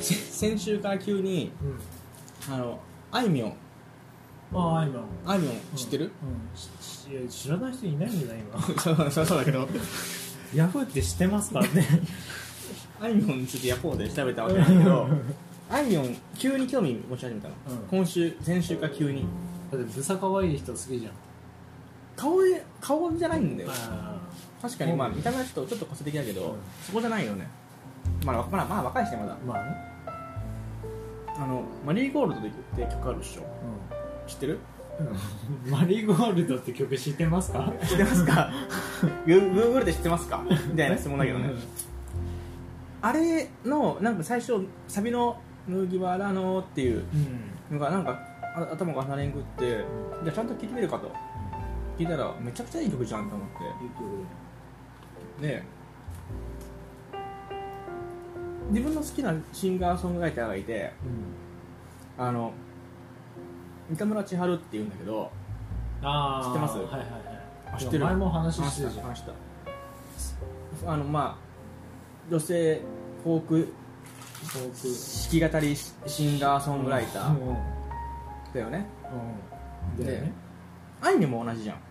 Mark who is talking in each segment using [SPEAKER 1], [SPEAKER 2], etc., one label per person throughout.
[SPEAKER 1] 先週から急に
[SPEAKER 2] うん
[SPEAKER 1] あのあいみょん
[SPEAKER 2] ああ今
[SPEAKER 1] あいみょん知ってる、、
[SPEAKER 2] うんうんししいや知らない人いないんじゃない 今
[SPEAKER 1] そうそうそうだけど
[SPEAKER 2] ヤフーって知ってますから ね
[SPEAKER 1] あいみょんについてヤフーで調べたわけなんだけどあいみょん急に興味持ち始めたの、
[SPEAKER 2] うん
[SPEAKER 1] 今週先週から急に
[SPEAKER 2] だってブサ可愛い人好きじゃん
[SPEAKER 1] 顔で顔じゃないんだよ
[SPEAKER 2] あ
[SPEAKER 1] 確かにまあ見た目はちょっとちょっと個性的だけど、
[SPEAKER 2] うん
[SPEAKER 1] そこじゃないよねまあ、まあ、まあ若いしねまだ
[SPEAKER 2] あまあね
[SPEAKER 1] あのマリーゴールドって曲あるでしょ知ってる
[SPEAKER 2] うんマリーゴールドって曲知ってますか
[SPEAKER 1] 知ってます か Google で知ってますかみたいな質問だけどね、
[SPEAKER 2] うん
[SPEAKER 1] あれのなんか最初サビの「麦わらの」っていう
[SPEAKER 2] うん
[SPEAKER 1] のがなんかあ頭が離れんくってじゃあちゃんと聴いてみるかと聞いたらめちゃくちゃいい曲じゃんと思っ
[SPEAKER 2] いい曲で
[SPEAKER 1] てで自分の好きなシンガーソングライターがいて
[SPEAKER 2] うん
[SPEAKER 1] あの三田村千春っていうんだけど
[SPEAKER 2] ああ
[SPEAKER 1] 知ってます
[SPEAKER 2] はいはいはい
[SPEAKER 1] あ知ってる
[SPEAKER 2] 前も話
[SPEAKER 1] 話し
[SPEAKER 2] し
[SPEAKER 1] てた
[SPEAKER 2] たじゃん
[SPEAKER 1] 話したあのまあ女性フォーク
[SPEAKER 2] そう
[SPEAKER 1] 弾き語りシンガーソングライタ
[SPEAKER 2] うん
[SPEAKER 1] ー
[SPEAKER 2] うん
[SPEAKER 1] だよね
[SPEAKER 2] うんだよね
[SPEAKER 1] ねあいみょんも同じじゃん
[SPEAKER 2] うん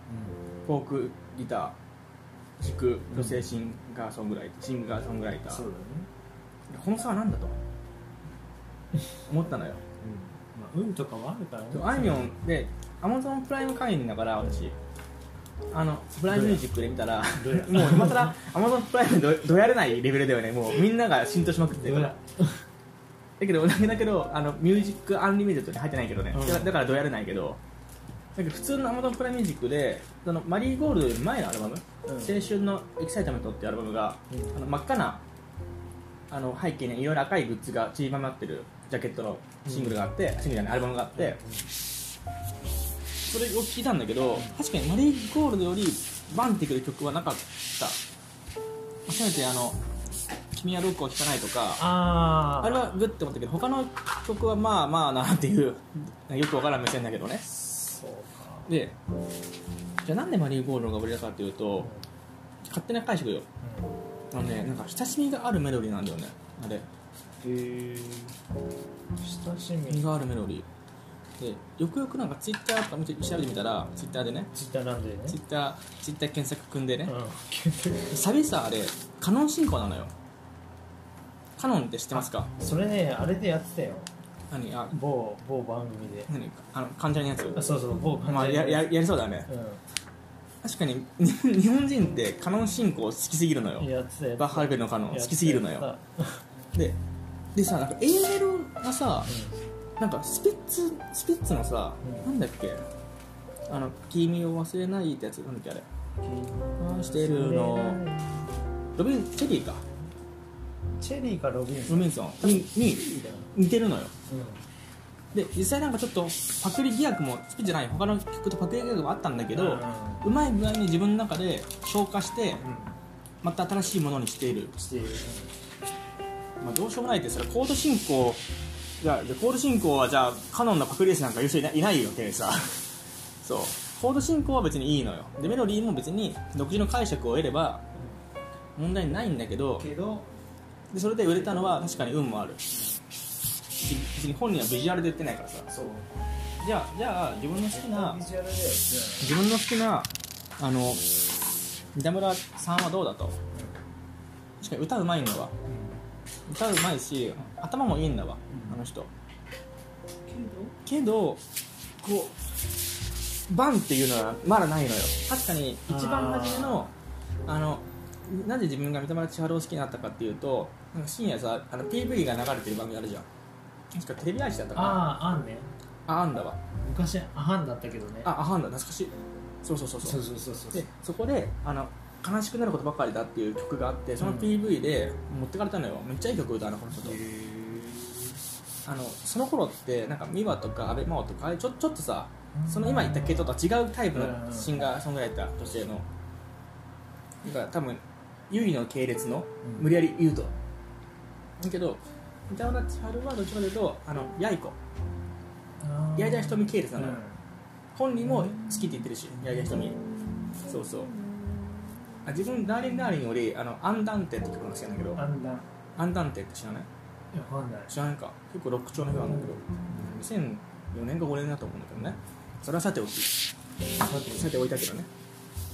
[SPEAKER 1] フォークギター弾く女性シンガーソングライターシンガーソングライタ
[SPEAKER 2] そ
[SPEAKER 1] ー
[SPEAKER 2] うだね
[SPEAKER 1] この差は何 だと思ったのよ
[SPEAKER 2] うんまあ運とかもあるからね
[SPEAKER 1] でもあいみょんで Amazon プライム会員だから私あのプライムミュージックで見たら
[SPEAKER 2] どや
[SPEAKER 1] もう今更 Amazon プライムどどやれないレベルだよねもうみんなが浸透しまくってるか
[SPEAKER 2] どう
[SPEAKER 1] ら
[SPEAKER 2] や
[SPEAKER 1] だけどだけどあのミュージックアンリミテッドって入ってないけどね、
[SPEAKER 2] うん
[SPEAKER 1] だだからどうやれないけどだけど普通のアマゾンプライムミュージックでそのマリーゴールドより前のアルバム「
[SPEAKER 2] うん
[SPEAKER 1] 青春のエキサイトメント」っていうアルバムが、
[SPEAKER 2] うん
[SPEAKER 1] あの真っ赤なあの背景にいろいろ赤いグッズが散りばまってるジャケットのシングルがあって、シングルじゃないアルバムがあって、それを聞いたんだけど確かにマリーゴールドよりバンってくる曲はなかったせめてあの「君はロックを聴かない」とか
[SPEAKER 2] あ
[SPEAKER 1] あれはグッて思ったけど他の曲はまあまあなっていうよくわからん目線だけどね
[SPEAKER 2] そうか
[SPEAKER 1] でじゃあなんでマリーゴールドが売れたかっていうと勝手な解釈よあのねなんか親しみがあるメロディーなんだよねあれ
[SPEAKER 2] へえ親し
[SPEAKER 1] 親しみ
[SPEAKER 2] み
[SPEAKER 1] があるメロディーでよくよくなんかツイッターとか見て調べてみたらツイッターでね
[SPEAKER 2] ツイッターなんでね
[SPEAKER 1] ツイッターツイッター検索組んでね
[SPEAKER 2] うん
[SPEAKER 1] サビさあれカノン進行なのよカノンって知ってますか
[SPEAKER 2] それねあれでやってたよ
[SPEAKER 1] 何あ
[SPEAKER 2] 某某番組で
[SPEAKER 1] 何あの患者のやつ
[SPEAKER 2] あそうそう某
[SPEAKER 1] まあ
[SPEAKER 2] で
[SPEAKER 1] やややりそうだね確かに日本日本人ってカノン進行好きすぎるの
[SPEAKER 2] うん
[SPEAKER 1] よ
[SPEAKER 2] やってたや
[SPEAKER 1] バッハルベのカノン好
[SPEAKER 2] 好
[SPEAKER 1] きすぎるのよででさなんか A メロがさなんかスピッツスピッツのさ、
[SPEAKER 2] うん
[SPEAKER 1] なんだっけあの「君を忘れない」ってやつなんだっけあれあしてるのロビンチェリーか
[SPEAKER 2] チェリーかロビン
[SPEAKER 1] ロビンソンにに似てるのよ
[SPEAKER 2] うん
[SPEAKER 1] で実際なんかちょっとパクリ疑惑も好きじゃない他の曲とパクリ疑惑もあったんだけど、う
[SPEAKER 2] うん
[SPEAKER 1] まい具合に自分の中で消化して
[SPEAKER 2] う
[SPEAKER 1] また新しいものにしている
[SPEAKER 2] んしてる
[SPEAKER 1] まあ、どうしようもないってそれコード進行じゃあじゃあコード進行はじゃあカノンのパクリエスなんかいう人いないいないよってさ そうコード進行は別にいいのよでメロディーも別に独自の解釈を得れば問題ないんだけど
[SPEAKER 2] けど
[SPEAKER 1] でそれで売れたのは確かに運もある別に本人はビジュアルで言ってないからさ
[SPEAKER 2] そう
[SPEAKER 1] じゃあじゃあ自分の好きな
[SPEAKER 2] ビジュアルだよ
[SPEAKER 1] 自分の好きなあの三田村さんはどうだと確かに歌うまいんだわ歌うまいし頭もいいんだわ
[SPEAKER 2] うん
[SPEAKER 1] あの人
[SPEAKER 2] け
[SPEAKER 1] けどこうバンっていうのはまだないのよ確かに一番初めのあのなぜ自分が三田村千春を好きになったかっていうとなんか深夜さあの PV が流れてる番組あるじゃん確かテレビ愛知だったかな
[SPEAKER 2] あああんね
[SPEAKER 1] ああんだわ
[SPEAKER 2] 昔あんだったけどね
[SPEAKER 1] ああはんだ懐かしいそうそうそうそう
[SPEAKER 2] そうそうそうそう
[SPEAKER 1] でそこであの悲しくなることばかりだっていう曲があってその PV で持ってかれたのよめっちゃいい曲歌うなこの人とあのその頃ってなんか美和とか阿部真央とかあれちょちょっとさその今言った系統とは違うタイプのシンガーソングライターとしてのだから多分優位の系列の
[SPEAKER 2] うん
[SPEAKER 1] 無理やり言うと、だけど三田村千春はどっちかというとあのやいこやいだひとみ系列なのよ、本人も好きって言ってるしやいだひとみそうそうあ自分「ダーリンダーリン」より「あのアンダンテ」って曲が好きなんだけど
[SPEAKER 2] あんだ
[SPEAKER 1] アンダンテって知らない
[SPEAKER 2] わかんない
[SPEAKER 1] 知らないか結構ロック調の人なんだけど2004年か5年だと思うんだけどねそれはさておきさておいたけどね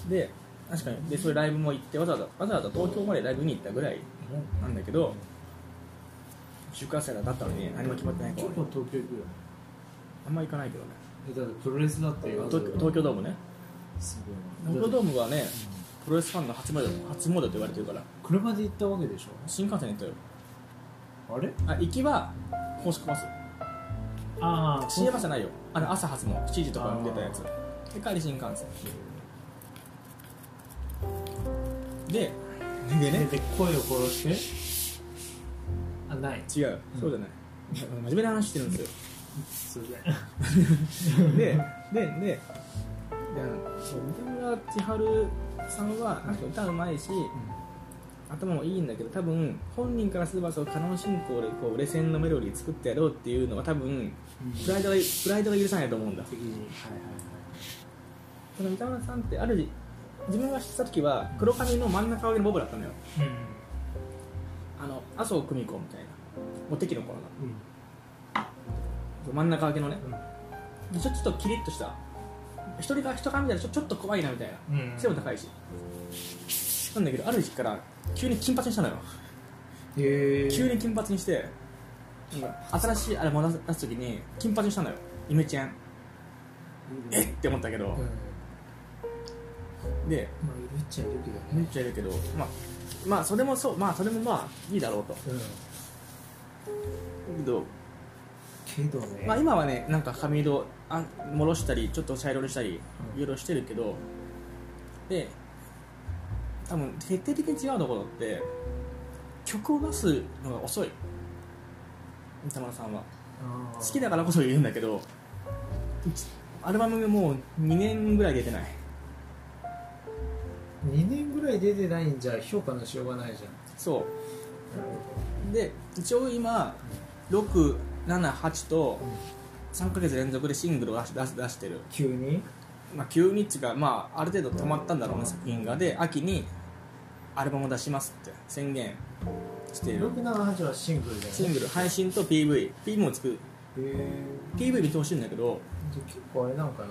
[SPEAKER 1] で確かにでそういうライブも行ってわざわざわざわざ東京までライブに行ったぐらいなんだけど中華祭だったのに何も決まってないから
[SPEAKER 2] 結
[SPEAKER 1] ね、
[SPEAKER 2] 構東京行くよ
[SPEAKER 1] あんま行かないけどね
[SPEAKER 2] えだってプロレスだって
[SPEAKER 1] 東東京ドームね
[SPEAKER 2] すごいな
[SPEAKER 1] 東京ドー
[SPEAKER 2] だって
[SPEAKER 1] ムはねプロレスファンの初詣初詣と言われてるから
[SPEAKER 2] 車で行ったわけでし
[SPEAKER 1] 新幹線で行ったよ
[SPEAKER 2] ょあれ
[SPEAKER 1] あ行きは公式バス
[SPEAKER 2] ああ
[SPEAKER 1] 深夜バスじゃないよあの朝発の7時とかに出たやつで帰り新幹線ででね
[SPEAKER 2] で声を殺してあない
[SPEAKER 1] 違うそうじゃない真面目な話してるんですよ
[SPEAKER 2] すいま
[SPEAKER 1] ででででそう三田村千春さんはなんか歌うまいし頭もいいんだけど多分本人からすればそうカノン進行でこうレセンのメロディー作ってやろうっていうのは多分プライドがプライドが許さないと思うんだ
[SPEAKER 2] 的にはい
[SPEAKER 1] その三田村さんってある時自分が知った時は黒髪の真ん中上のボブだったのよ
[SPEAKER 2] はいはい
[SPEAKER 1] あの麻生久美子みたいなモテ期の頃の
[SPEAKER 2] うん
[SPEAKER 1] 真ん中分けのね
[SPEAKER 2] うん
[SPEAKER 1] でちょっとキリッとした一人が人から見たらちょちょっと怖いなみたいな
[SPEAKER 2] うん
[SPEAKER 1] 背も高いしなんだけどある時期から急に金髪にしたのよ
[SPEAKER 2] へえ
[SPEAKER 1] 急に金髪にしてなんか新しいあれも出す時に金髪にしたのよイメチェンえって思ったけど
[SPEAKER 2] うん
[SPEAKER 1] で
[SPEAKER 2] まあいるっちゃいるけどね
[SPEAKER 1] めっちゃいるけどまあまあそれもそうまあそれもまあいいだろうと
[SPEAKER 2] うん
[SPEAKER 1] けど
[SPEAKER 2] けどね
[SPEAKER 1] まあ、今はねなんか髪色あ戻したりちょっと茶色にしたり
[SPEAKER 2] うん
[SPEAKER 1] いろいろしてるけどで多分徹底的に違うところって曲を出すのが遅い三田村さんは
[SPEAKER 2] あ
[SPEAKER 1] 好
[SPEAKER 2] ー
[SPEAKER 1] きだからこそ言うんだけどちアルバムがもう2年ぐらい出てない
[SPEAKER 2] 2年ぐらい出てないんじゃ評価のしようがないじゃん
[SPEAKER 1] そうで一応今678と3ヶ月連続でシングルを出し出し出してる
[SPEAKER 2] 急に
[SPEAKER 1] まあ、急にっつうか、まあ、ある程度止まったんだろうね作品がで秋にアルバムを出しますって宣言している
[SPEAKER 2] 678はシングルだよ
[SPEAKER 1] シン
[SPEAKER 2] ね
[SPEAKER 1] グル配信と PV PV も作る
[SPEAKER 2] へえ
[SPEAKER 1] PV 見てほしいんだけど
[SPEAKER 2] じゃあ結構あれなのかな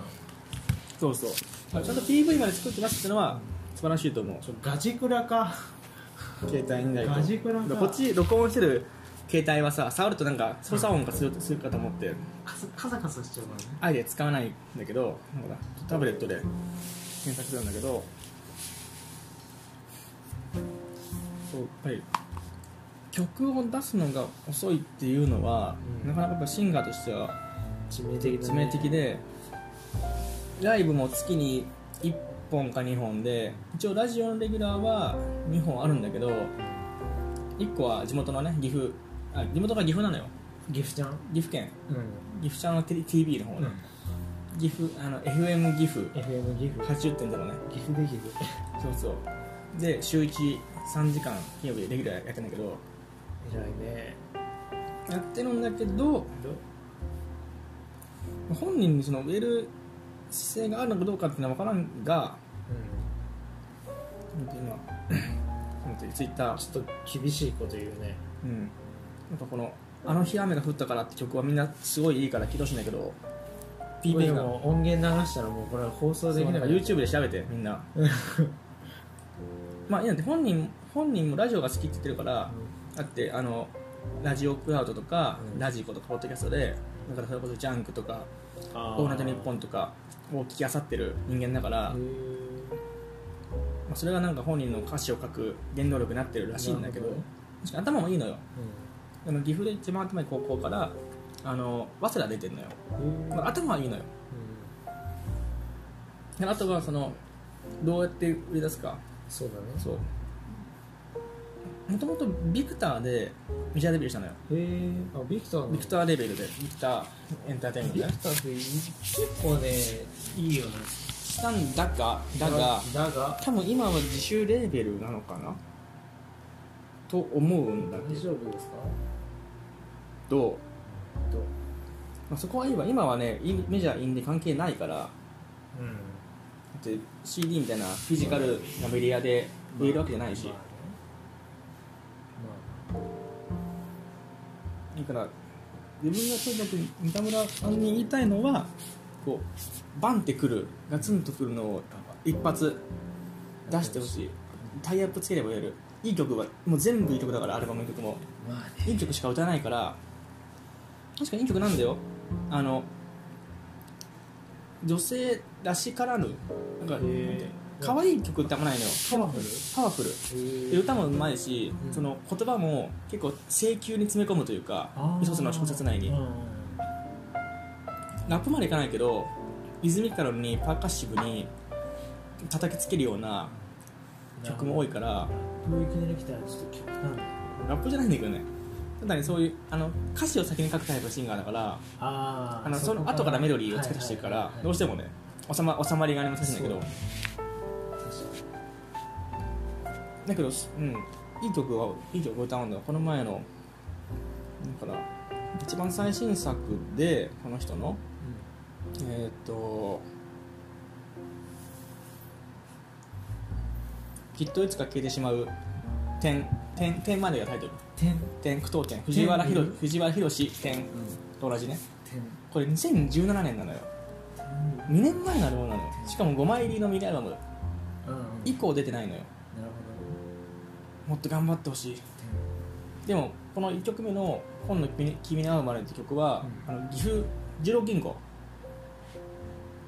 [SPEAKER 1] そうそうちゃんと PV まで作ってますってのは素晴らしいと思う
[SPEAKER 2] ちょガジクラか
[SPEAKER 1] 携帯にないと
[SPEAKER 2] ガジクラか
[SPEAKER 1] こっち録音してる携帯はさ触るとなんか操作音がするするかと思って
[SPEAKER 2] カサカサカサしちゃうからね
[SPEAKER 1] あえて使わないんだけどなんかタブレットで検索するんだけどそうやっぱり曲を出すのが遅いっていうのは、
[SPEAKER 2] うん
[SPEAKER 1] なかなかやっぱシンガーとしては
[SPEAKER 2] 致命的
[SPEAKER 1] 致命的でライブも月に1本か2本で一応ラジオのレギュラーは2本あるんだけど1個は地元のね岐阜あ地元が岐阜なのよ
[SPEAKER 2] ギフちゃん
[SPEAKER 1] 岐阜県
[SPEAKER 2] う
[SPEAKER 1] 岐阜社の T- TV の方ね、岐阜あの FM 岐阜
[SPEAKER 2] FM ギフ
[SPEAKER 1] 80.0ね
[SPEAKER 2] ギフでギフ
[SPEAKER 1] そうそうで週13時間金曜日でレギュラーやってんだけど
[SPEAKER 2] 偉いね
[SPEAKER 1] やってるんだけど本人にその売れる姿勢があるのかどうかっていうのは分からんが
[SPEAKER 2] うん
[SPEAKER 1] なんていう のなんてツイッター
[SPEAKER 2] ちょっと厳しいこと言うね
[SPEAKER 1] うんなんかこの「あの日雨が降ったから」って曲はみんなすごいいいから聴いてほしいんだけど
[SPEAKER 2] これ
[SPEAKER 1] PV が
[SPEAKER 2] もう音源流したらもうこれは放送で
[SPEAKER 1] そう
[SPEAKER 2] き
[SPEAKER 1] な
[SPEAKER 2] なんい
[SPEAKER 1] か YouTube で調べてみんなまあいいなんで本人本人もラジオが好きって言ってるから、だってあのラジオクラウドとか、
[SPEAKER 2] うん
[SPEAKER 1] ラジコとかポッドキャストでだからそれこそ「ジャンク」とか「
[SPEAKER 2] あ
[SPEAKER 1] オールナイトニッポン」とかを聞きあさってる人間だから、まあ、それがなんか本人の歌詞を書く原動力になってるらしいんだけど
[SPEAKER 2] なるほ
[SPEAKER 1] 確かに頭もいいのよでも岐阜で一番頭いい高校からあの早稲田出てんのよ、まあ、頭はいいのよであとはそのどうやって売り出すか
[SPEAKER 2] そうだね
[SPEAKER 1] そうもともとビクターでメジャーデビューしたのよ
[SPEAKER 2] へえあビクターの
[SPEAKER 1] ビクターレベルでビクターエンターテインメン
[SPEAKER 2] ビ
[SPEAKER 1] トね
[SPEAKER 2] クターって結構ねいいよね
[SPEAKER 1] したんだがだが
[SPEAKER 2] だが
[SPEAKER 1] 多分今は自主レーベルなのかなと思うんだ
[SPEAKER 2] 大
[SPEAKER 1] け
[SPEAKER 2] 丈夫ですか
[SPEAKER 1] ど、まあ、そこはいいわ今はねインメジャーインで関係ないからだ
[SPEAKER 2] うん
[SPEAKER 1] って CD みたいなフィジカルなメディアで売れるわけじゃないし
[SPEAKER 2] まあね
[SPEAKER 1] だか
[SPEAKER 2] ま
[SPEAKER 1] ら自分がとにかく三田村さんに言いたいのはこうバンってくるガツンとくるのを一発出してほしいタイアップつければやるいい曲はもう全部いい曲だからアルバムの曲も
[SPEAKER 2] まあね
[SPEAKER 1] いい曲しか歌えないから確かにいい曲なんだよあの女性らしからぬなんか可愛い曲ってあんまないのよ
[SPEAKER 2] パワフル
[SPEAKER 1] パワフルで歌もうまいし、
[SPEAKER 2] うん
[SPEAKER 1] その言葉も結構請求に詰め込むというか
[SPEAKER 2] あー
[SPEAKER 1] 一つの小説内に、
[SPEAKER 2] うん
[SPEAKER 1] ラップまでいかないけどリズミカルにパーカッシブに叩きつけるような曲も多いから
[SPEAKER 2] ラップいきなり来たらちょっと極端だ
[SPEAKER 1] ラップじゃないんだけどねただにそういうあの歌詞を先に書くタイプのシンガーだから
[SPEAKER 2] あー
[SPEAKER 1] あのその後からメロディーをつけ足してるから、どうしてもね収ま収まりがありませんだけどだけど、うん、いい曲はいい曲を歌うんだよこの前のだから一番最新作でこの人のえーっ、ときっといつか消えてしまう点点点までがタイトル
[SPEAKER 2] 点
[SPEAKER 1] 点句読点藤原
[SPEAKER 2] 点
[SPEAKER 1] 宏藤原宏点と同じね
[SPEAKER 2] 点
[SPEAKER 1] これ2017年なのよ2年前のアルバムなのよしかも5枚入りのミニアルバム
[SPEAKER 2] うんうん
[SPEAKER 1] 以降出てないのよ
[SPEAKER 2] なるほ
[SPEAKER 1] もっと頑張ってほしい
[SPEAKER 2] ど
[SPEAKER 1] でもこの1曲目の「本の君君に会うまで」って曲は、あの岐阜十郎銀行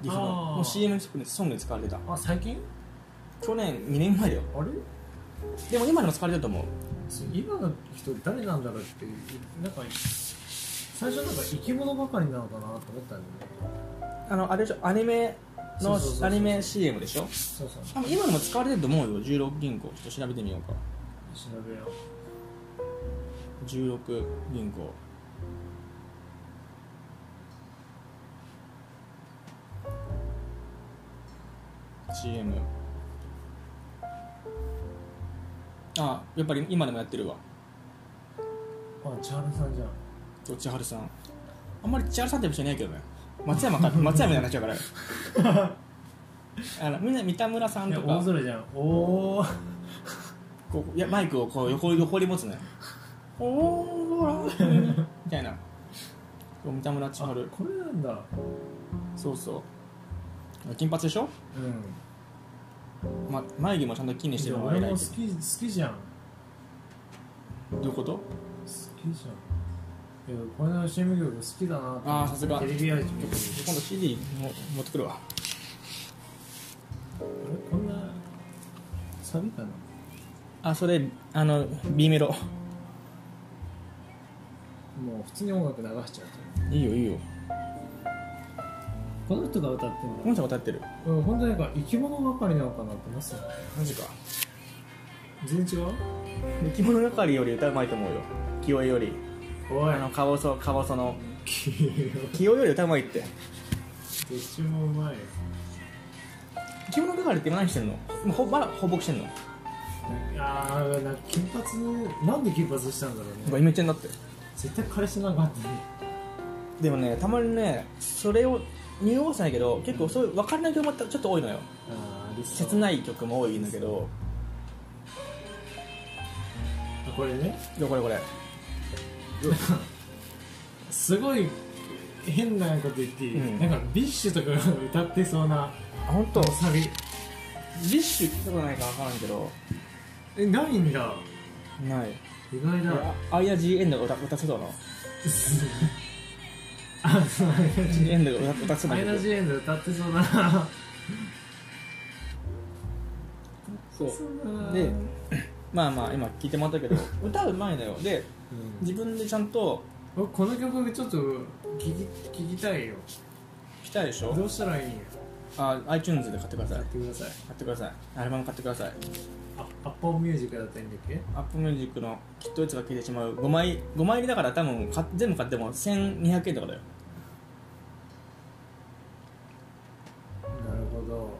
[SPEAKER 1] 岐阜
[SPEAKER 2] あ
[SPEAKER 1] の
[SPEAKER 2] ー
[SPEAKER 1] もう CM ソングに使われてた
[SPEAKER 2] あ最近
[SPEAKER 1] 去年2年前だよ
[SPEAKER 2] あれ
[SPEAKER 1] でも今でも使われてると思う
[SPEAKER 2] 今の人誰なんだろうっていうなんか最初なんか生き物ばかりなのかなと思ったんだけど
[SPEAKER 1] あのあれでしょアニメ
[SPEAKER 2] そ
[SPEAKER 1] の
[SPEAKER 2] うそうそうそう
[SPEAKER 1] アニメ CM でしょ
[SPEAKER 2] そうそう
[SPEAKER 1] 多分今でも使われてると思うよ十六銀行ちょっと調べてみようか
[SPEAKER 2] 調べよう
[SPEAKER 1] 十六銀行？CM あやっぱり今でもやってるわ
[SPEAKER 2] あ千春さんじゃん
[SPEAKER 1] そう千春さんあんまり千春さんって人いないけどね松山 か松山みたいになっちゃうからあのみんな三田村さん
[SPEAKER 2] い
[SPEAKER 1] と
[SPEAKER 2] や
[SPEAKER 1] か
[SPEAKER 2] 大空じゃんおお
[SPEAKER 1] こういやマイクをこう横横に持つねおおーみたいなそう三田村千春
[SPEAKER 2] これなんだ
[SPEAKER 1] そうそう金髪でしょ、
[SPEAKER 2] うん
[SPEAKER 1] ま、眉毛もちゃんと金にして
[SPEAKER 2] じ
[SPEAKER 1] る
[SPEAKER 2] ゃあ
[SPEAKER 1] のが
[SPEAKER 2] 俺
[SPEAKER 1] 偉
[SPEAKER 2] も
[SPEAKER 1] い
[SPEAKER 2] 好
[SPEAKER 1] け
[SPEAKER 2] き好きじゃん好
[SPEAKER 1] どどういうこと
[SPEAKER 2] きじゃんいやこれの CM 曲好きだなと思って
[SPEAKER 1] あーさすが
[SPEAKER 2] テレビ味見
[SPEAKER 1] 今度 CD も持ってくるわ
[SPEAKER 2] あれこんなサビかな
[SPEAKER 1] あそれあの B メロ
[SPEAKER 2] もう普通に音楽流しちゃう
[SPEAKER 1] いいよいいよ
[SPEAKER 2] この人が歌って
[SPEAKER 1] この人が歌ってる
[SPEAKER 2] るのうん本当になんか生き物ばかりなのかなって思ってた
[SPEAKER 1] マジか
[SPEAKER 2] 全然違う
[SPEAKER 1] 生き物係より歌うまいと思うよ清江より
[SPEAKER 2] おい
[SPEAKER 1] あのカワウソカワウソの
[SPEAKER 2] きれいよ
[SPEAKER 1] 清江より歌うまいって
[SPEAKER 2] どっちもうまい
[SPEAKER 1] 生き物係って今何してんのもうほまだ放牧してんの
[SPEAKER 2] あーなんか金髪なんで金髪したんだろうね
[SPEAKER 1] イメチェンだって
[SPEAKER 2] 絶対彼氏なんかあってね
[SPEAKER 1] でもねたまにねそれを匂わせないけど結構そういう分からない曲もちょっと多いのよ
[SPEAKER 2] あー理想
[SPEAKER 1] 切ない曲も多いんだけど
[SPEAKER 2] あこれね
[SPEAKER 1] いやこれこれ
[SPEAKER 2] すごい変なこと言っていい、
[SPEAKER 1] うん
[SPEAKER 2] なんかビッシュとかが歌ってそうな
[SPEAKER 1] あ本当。
[SPEAKER 2] サビ
[SPEAKER 1] ビッシュ聞いたことないか分からんけど
[SPEAKER 2] えないんだ
[SPEAKER 1] ない
[SPEAKER 2] 意外だ
[SPEAKER 1] アイア GN が歌歌ってたな
[SPEAKER 2] あそう
[SPEAKER 1] GN が歌歌ってた
[SPEAKER 2] マイナ
[SPEAKER 1] け
[SPEAKER 2] ジエンド歌ってそうだ な
[SPEAKER 1] どそうでまあまあ今聞いてもらったけど歌う前だよで
[SPEAKER 2] うん
[SPEAKER 1] 自分でちゃんと
[SPEAKER 2] 僕この曲ちょっと聞き聞きたいよ
[SPEAKER 1] 来たいでし
[SPEAKER 2] ど
[SPEAKER 1] ょ
[SPEAKER 2] うしたらいいんや
[SPEAKER 1] あ iTunes で買ってください
[SPEAKER 2] やっ
[SPEAKER 1] 買
[SPEAKER 2] てください
[SPEAKER 1] ってくださいアルバム買ってください
[SPEAKER 2] あアッパーミュージックだったらいいんだっけ
[SPEAKER 1] アップミュージックのきっといつか消えてしまう5枚5枚入りだから多分か全部買っても1200円とかだよ
[SPEAKER 2] なるほど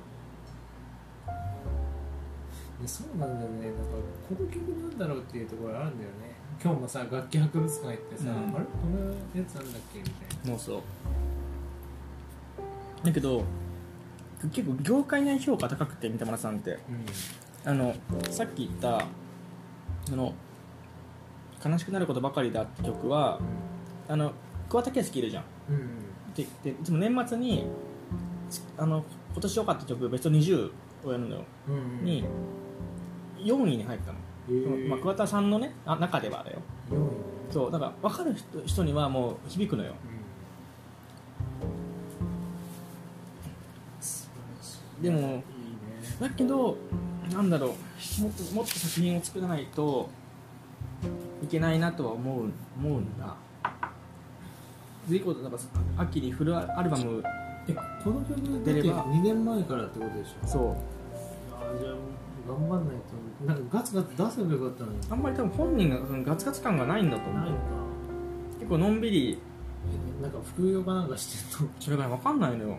[SPEAKER 2] いやそうなんだよねなんかこの曲なんだろうっていうところあるんだよね今日もさ楽器博物館行ってさ、
[SPEAKER 1] うん
[SPEAKER 2] あれこのやつなんだっけみたいな
[SPEAKER 1] もうそうだけど結構業界内評価高くて三田村さんって
[SPEAKER 2] うん
[SPEAKER 1] あのさっき言ったその悲しくなることばかりだ」って曲はあの桑田佳祐いるじゃん
[SPEAKER 2] うん
[SPEAKER 1] でででも年末にあの今年良かった曲ベスト20をやるのよ
[SPEAKER 2] うんうん
[SPEAKER 1] に4位に入ったの、
[SPEAKER 2] えー
[SPEAKER 1] まあ、桑田さんのねあ中ではだよ
[SPEAKER 2] 4位うん
[SPEAKER 1] そうだから分かる人人にはもう響くのよ
[SPEAKER 2] 素晴らし
[SPEAKER 1] でも
[SPEAKER 2] いいいね
[SPEAKER 1] だけどなんだろうもっともっと作品を作らないといけないなとは思う思うんだ随行だから秋にフルアルバム
[SPEAKER 2] えこの曲だって
[SPEAKER 1] 出れば
[SPEAKER 2] 2年前からってことでしょ
[SPEAKER 1] そう
[SPEAKER 2] あーじゃあ頑張んないとなんかガツガツ出せばよかったのに
[SPEAKER 1] あんまり多分本人がそのガツガツ感がないんだと
[SPEAKER 2] な
[SPEAKER 1] 思
[SPEAKER 2] いの
[SPEAKER 1] う
[SPEAKER 2] か
[SPEAKER 1] 結構のんびり
[SPEAKER 2] えなんか副業かなんかしてんの
[SPEAKER 1] それがね分かんない のよ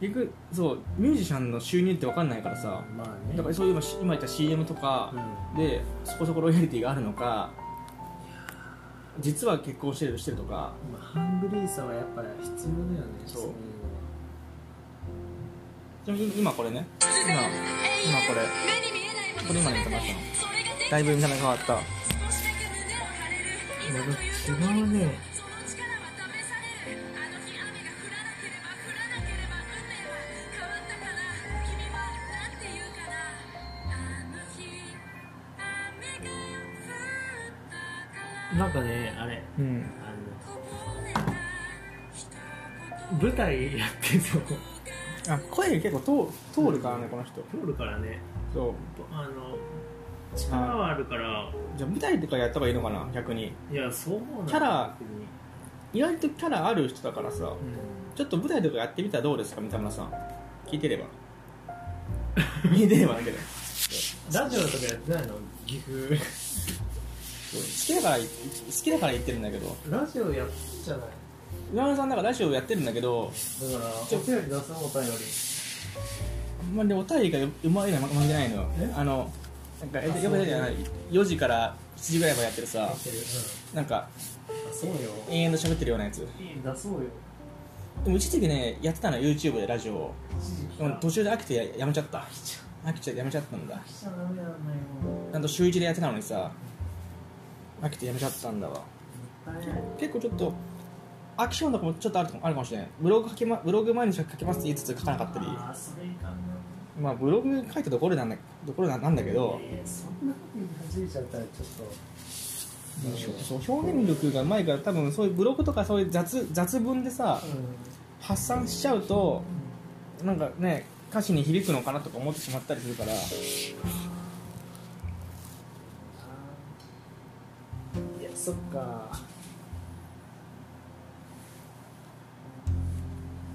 [SPEAKER 1] 結局そうミュージシャンの収入って分かんないからさ
[SPEAKER 2] まあね
[SPEAKER 1] だからそういう今今言った CM とかでそこそこロイヤリティがあるのか実は結婚してるしてるとか
[SPEAKER 2] うんまあ、ハングリーさはやっぱ必要だよね
[SPEAKER 1] そう
[SPEAKER 2] いのは
[SPEAKER 1] ちなみに今これね今今これ
[SPEAKER 3] 目に見えないもの
[SPEAKER 1] これ今のやってましたの
[SPEAKER 3] それができ
[SPEAKER 1] だいぶ見た目変わった
[SPEAKER 3] 少しだけ胸を張
[SPEAKER 2] な
[SPEAKER 3] れる
[SPEAKER 2] んか違うね
[SPEAKER 3] その力は試されるあの日雨が降らなければ降らなければ運命は変わったから君は何て言うかなあの日雨が降ったから
[SPEAKER 2] なんかねあれ
[SPEAKER 1] うん
[SPEAKER 2] あ
[SPEAKER 3] こぼれた一
[SPEAKER 2] の舞台やってるとこ
[SPEAKER 1] あ声結構通通るからねこの人
[SPEAKER 2] 通るからね
[SPEAKER 1] そう
[SPEAKER 2] あの力はあるから
[SPEAKER 1] じゃあ舞台とかやった方がいいのかな逆に
[SPEAKER 2] いやそうなんだ
[SPEAKER 1] キャラ
[SPEAKER 2] 別に
[SPEAKER 1] 意外とキャラある人だからさ
[SPEAKER 2] うん
[SPEAKER 1] ちょっと舞台とかやってみたらどうですか三田村さん聞いてれば 聞いてればだけど
[SPEAKER 2] ラジオとかやってないの岐阜
[SPEAKER 1] そう好きだから好きだから言ってるんだけど
[SPEAKER 2] ラジオやってんじゃない
[SPEAKER 1] 三田村さんなんかラジオやってるんだけど
[SPEAKER 2] だからお便り出そうお便り
[SPEAKER 1] あんまりねお便りがうまいのは負けないのよ
[SPEAKER 2] え
[SPEAKER 1] あのなんかえ
[SPEAKER 2] あ
[SPEAKER 1] よくじゃない4時から7時ぐらいまでやってるさ
[SPEAKER 2] 出そ
[SPEAKER 1] なんか
[SPEAKER 2] うよ
[SPEAKER 1] 延々と喋ってるようなやつ
[SPEAKER 2] 出そうよ
[SPEAKER 1] でも一時期ねやってたの YouTube でラジオをでも途
[SPEAKER 2] し
[SPEAKER 1] 中で飽きてややめちゃった飽きちゃやめちゃったんだ
[SPEAKER 2] ちゃダメなんだよ
[SPEAKER 1] ちゃんと週一でやってたのにさ飽きてやめちゃったんだわ結構ちょっとアクションとかもちょっとあるかもあるかもしれないブログ書け、ま、ブログ毎日書けますって言いつつ書かなかったり
[SPEAKER 2] ああそれいかんな
[SPEAKER 1] まあブログ書いたところなんだところなんだけど
[SPEAKER 2] えーそんなことに恥じれちゃったらちょっと
[SPEAKER 1] そう表現力がうまいから多分そういうブログとかそういう雑雑文でさ
[SPEAKER 2] う
[SPEAKER 1] 発散しちゃうとなんかね歌詞に響くのかなとか思ってしまったりするから
[SPEAKER 2] んいやそっか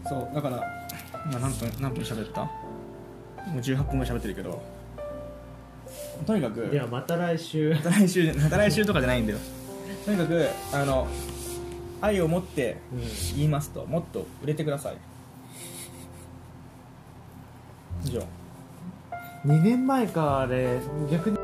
[SPEAKER 1] そうだから今何分何分喋ったもう18分ぐらい喋ってるけどとにかく
[SPEAKER 2] ではまた来週
[SPEAKER 1] また来週じゃまた来週とかじゃないんだよとにかくあの愛を持って言いますともっと売れてください以上
[SPEAKER 2] 2年前かあれ逆に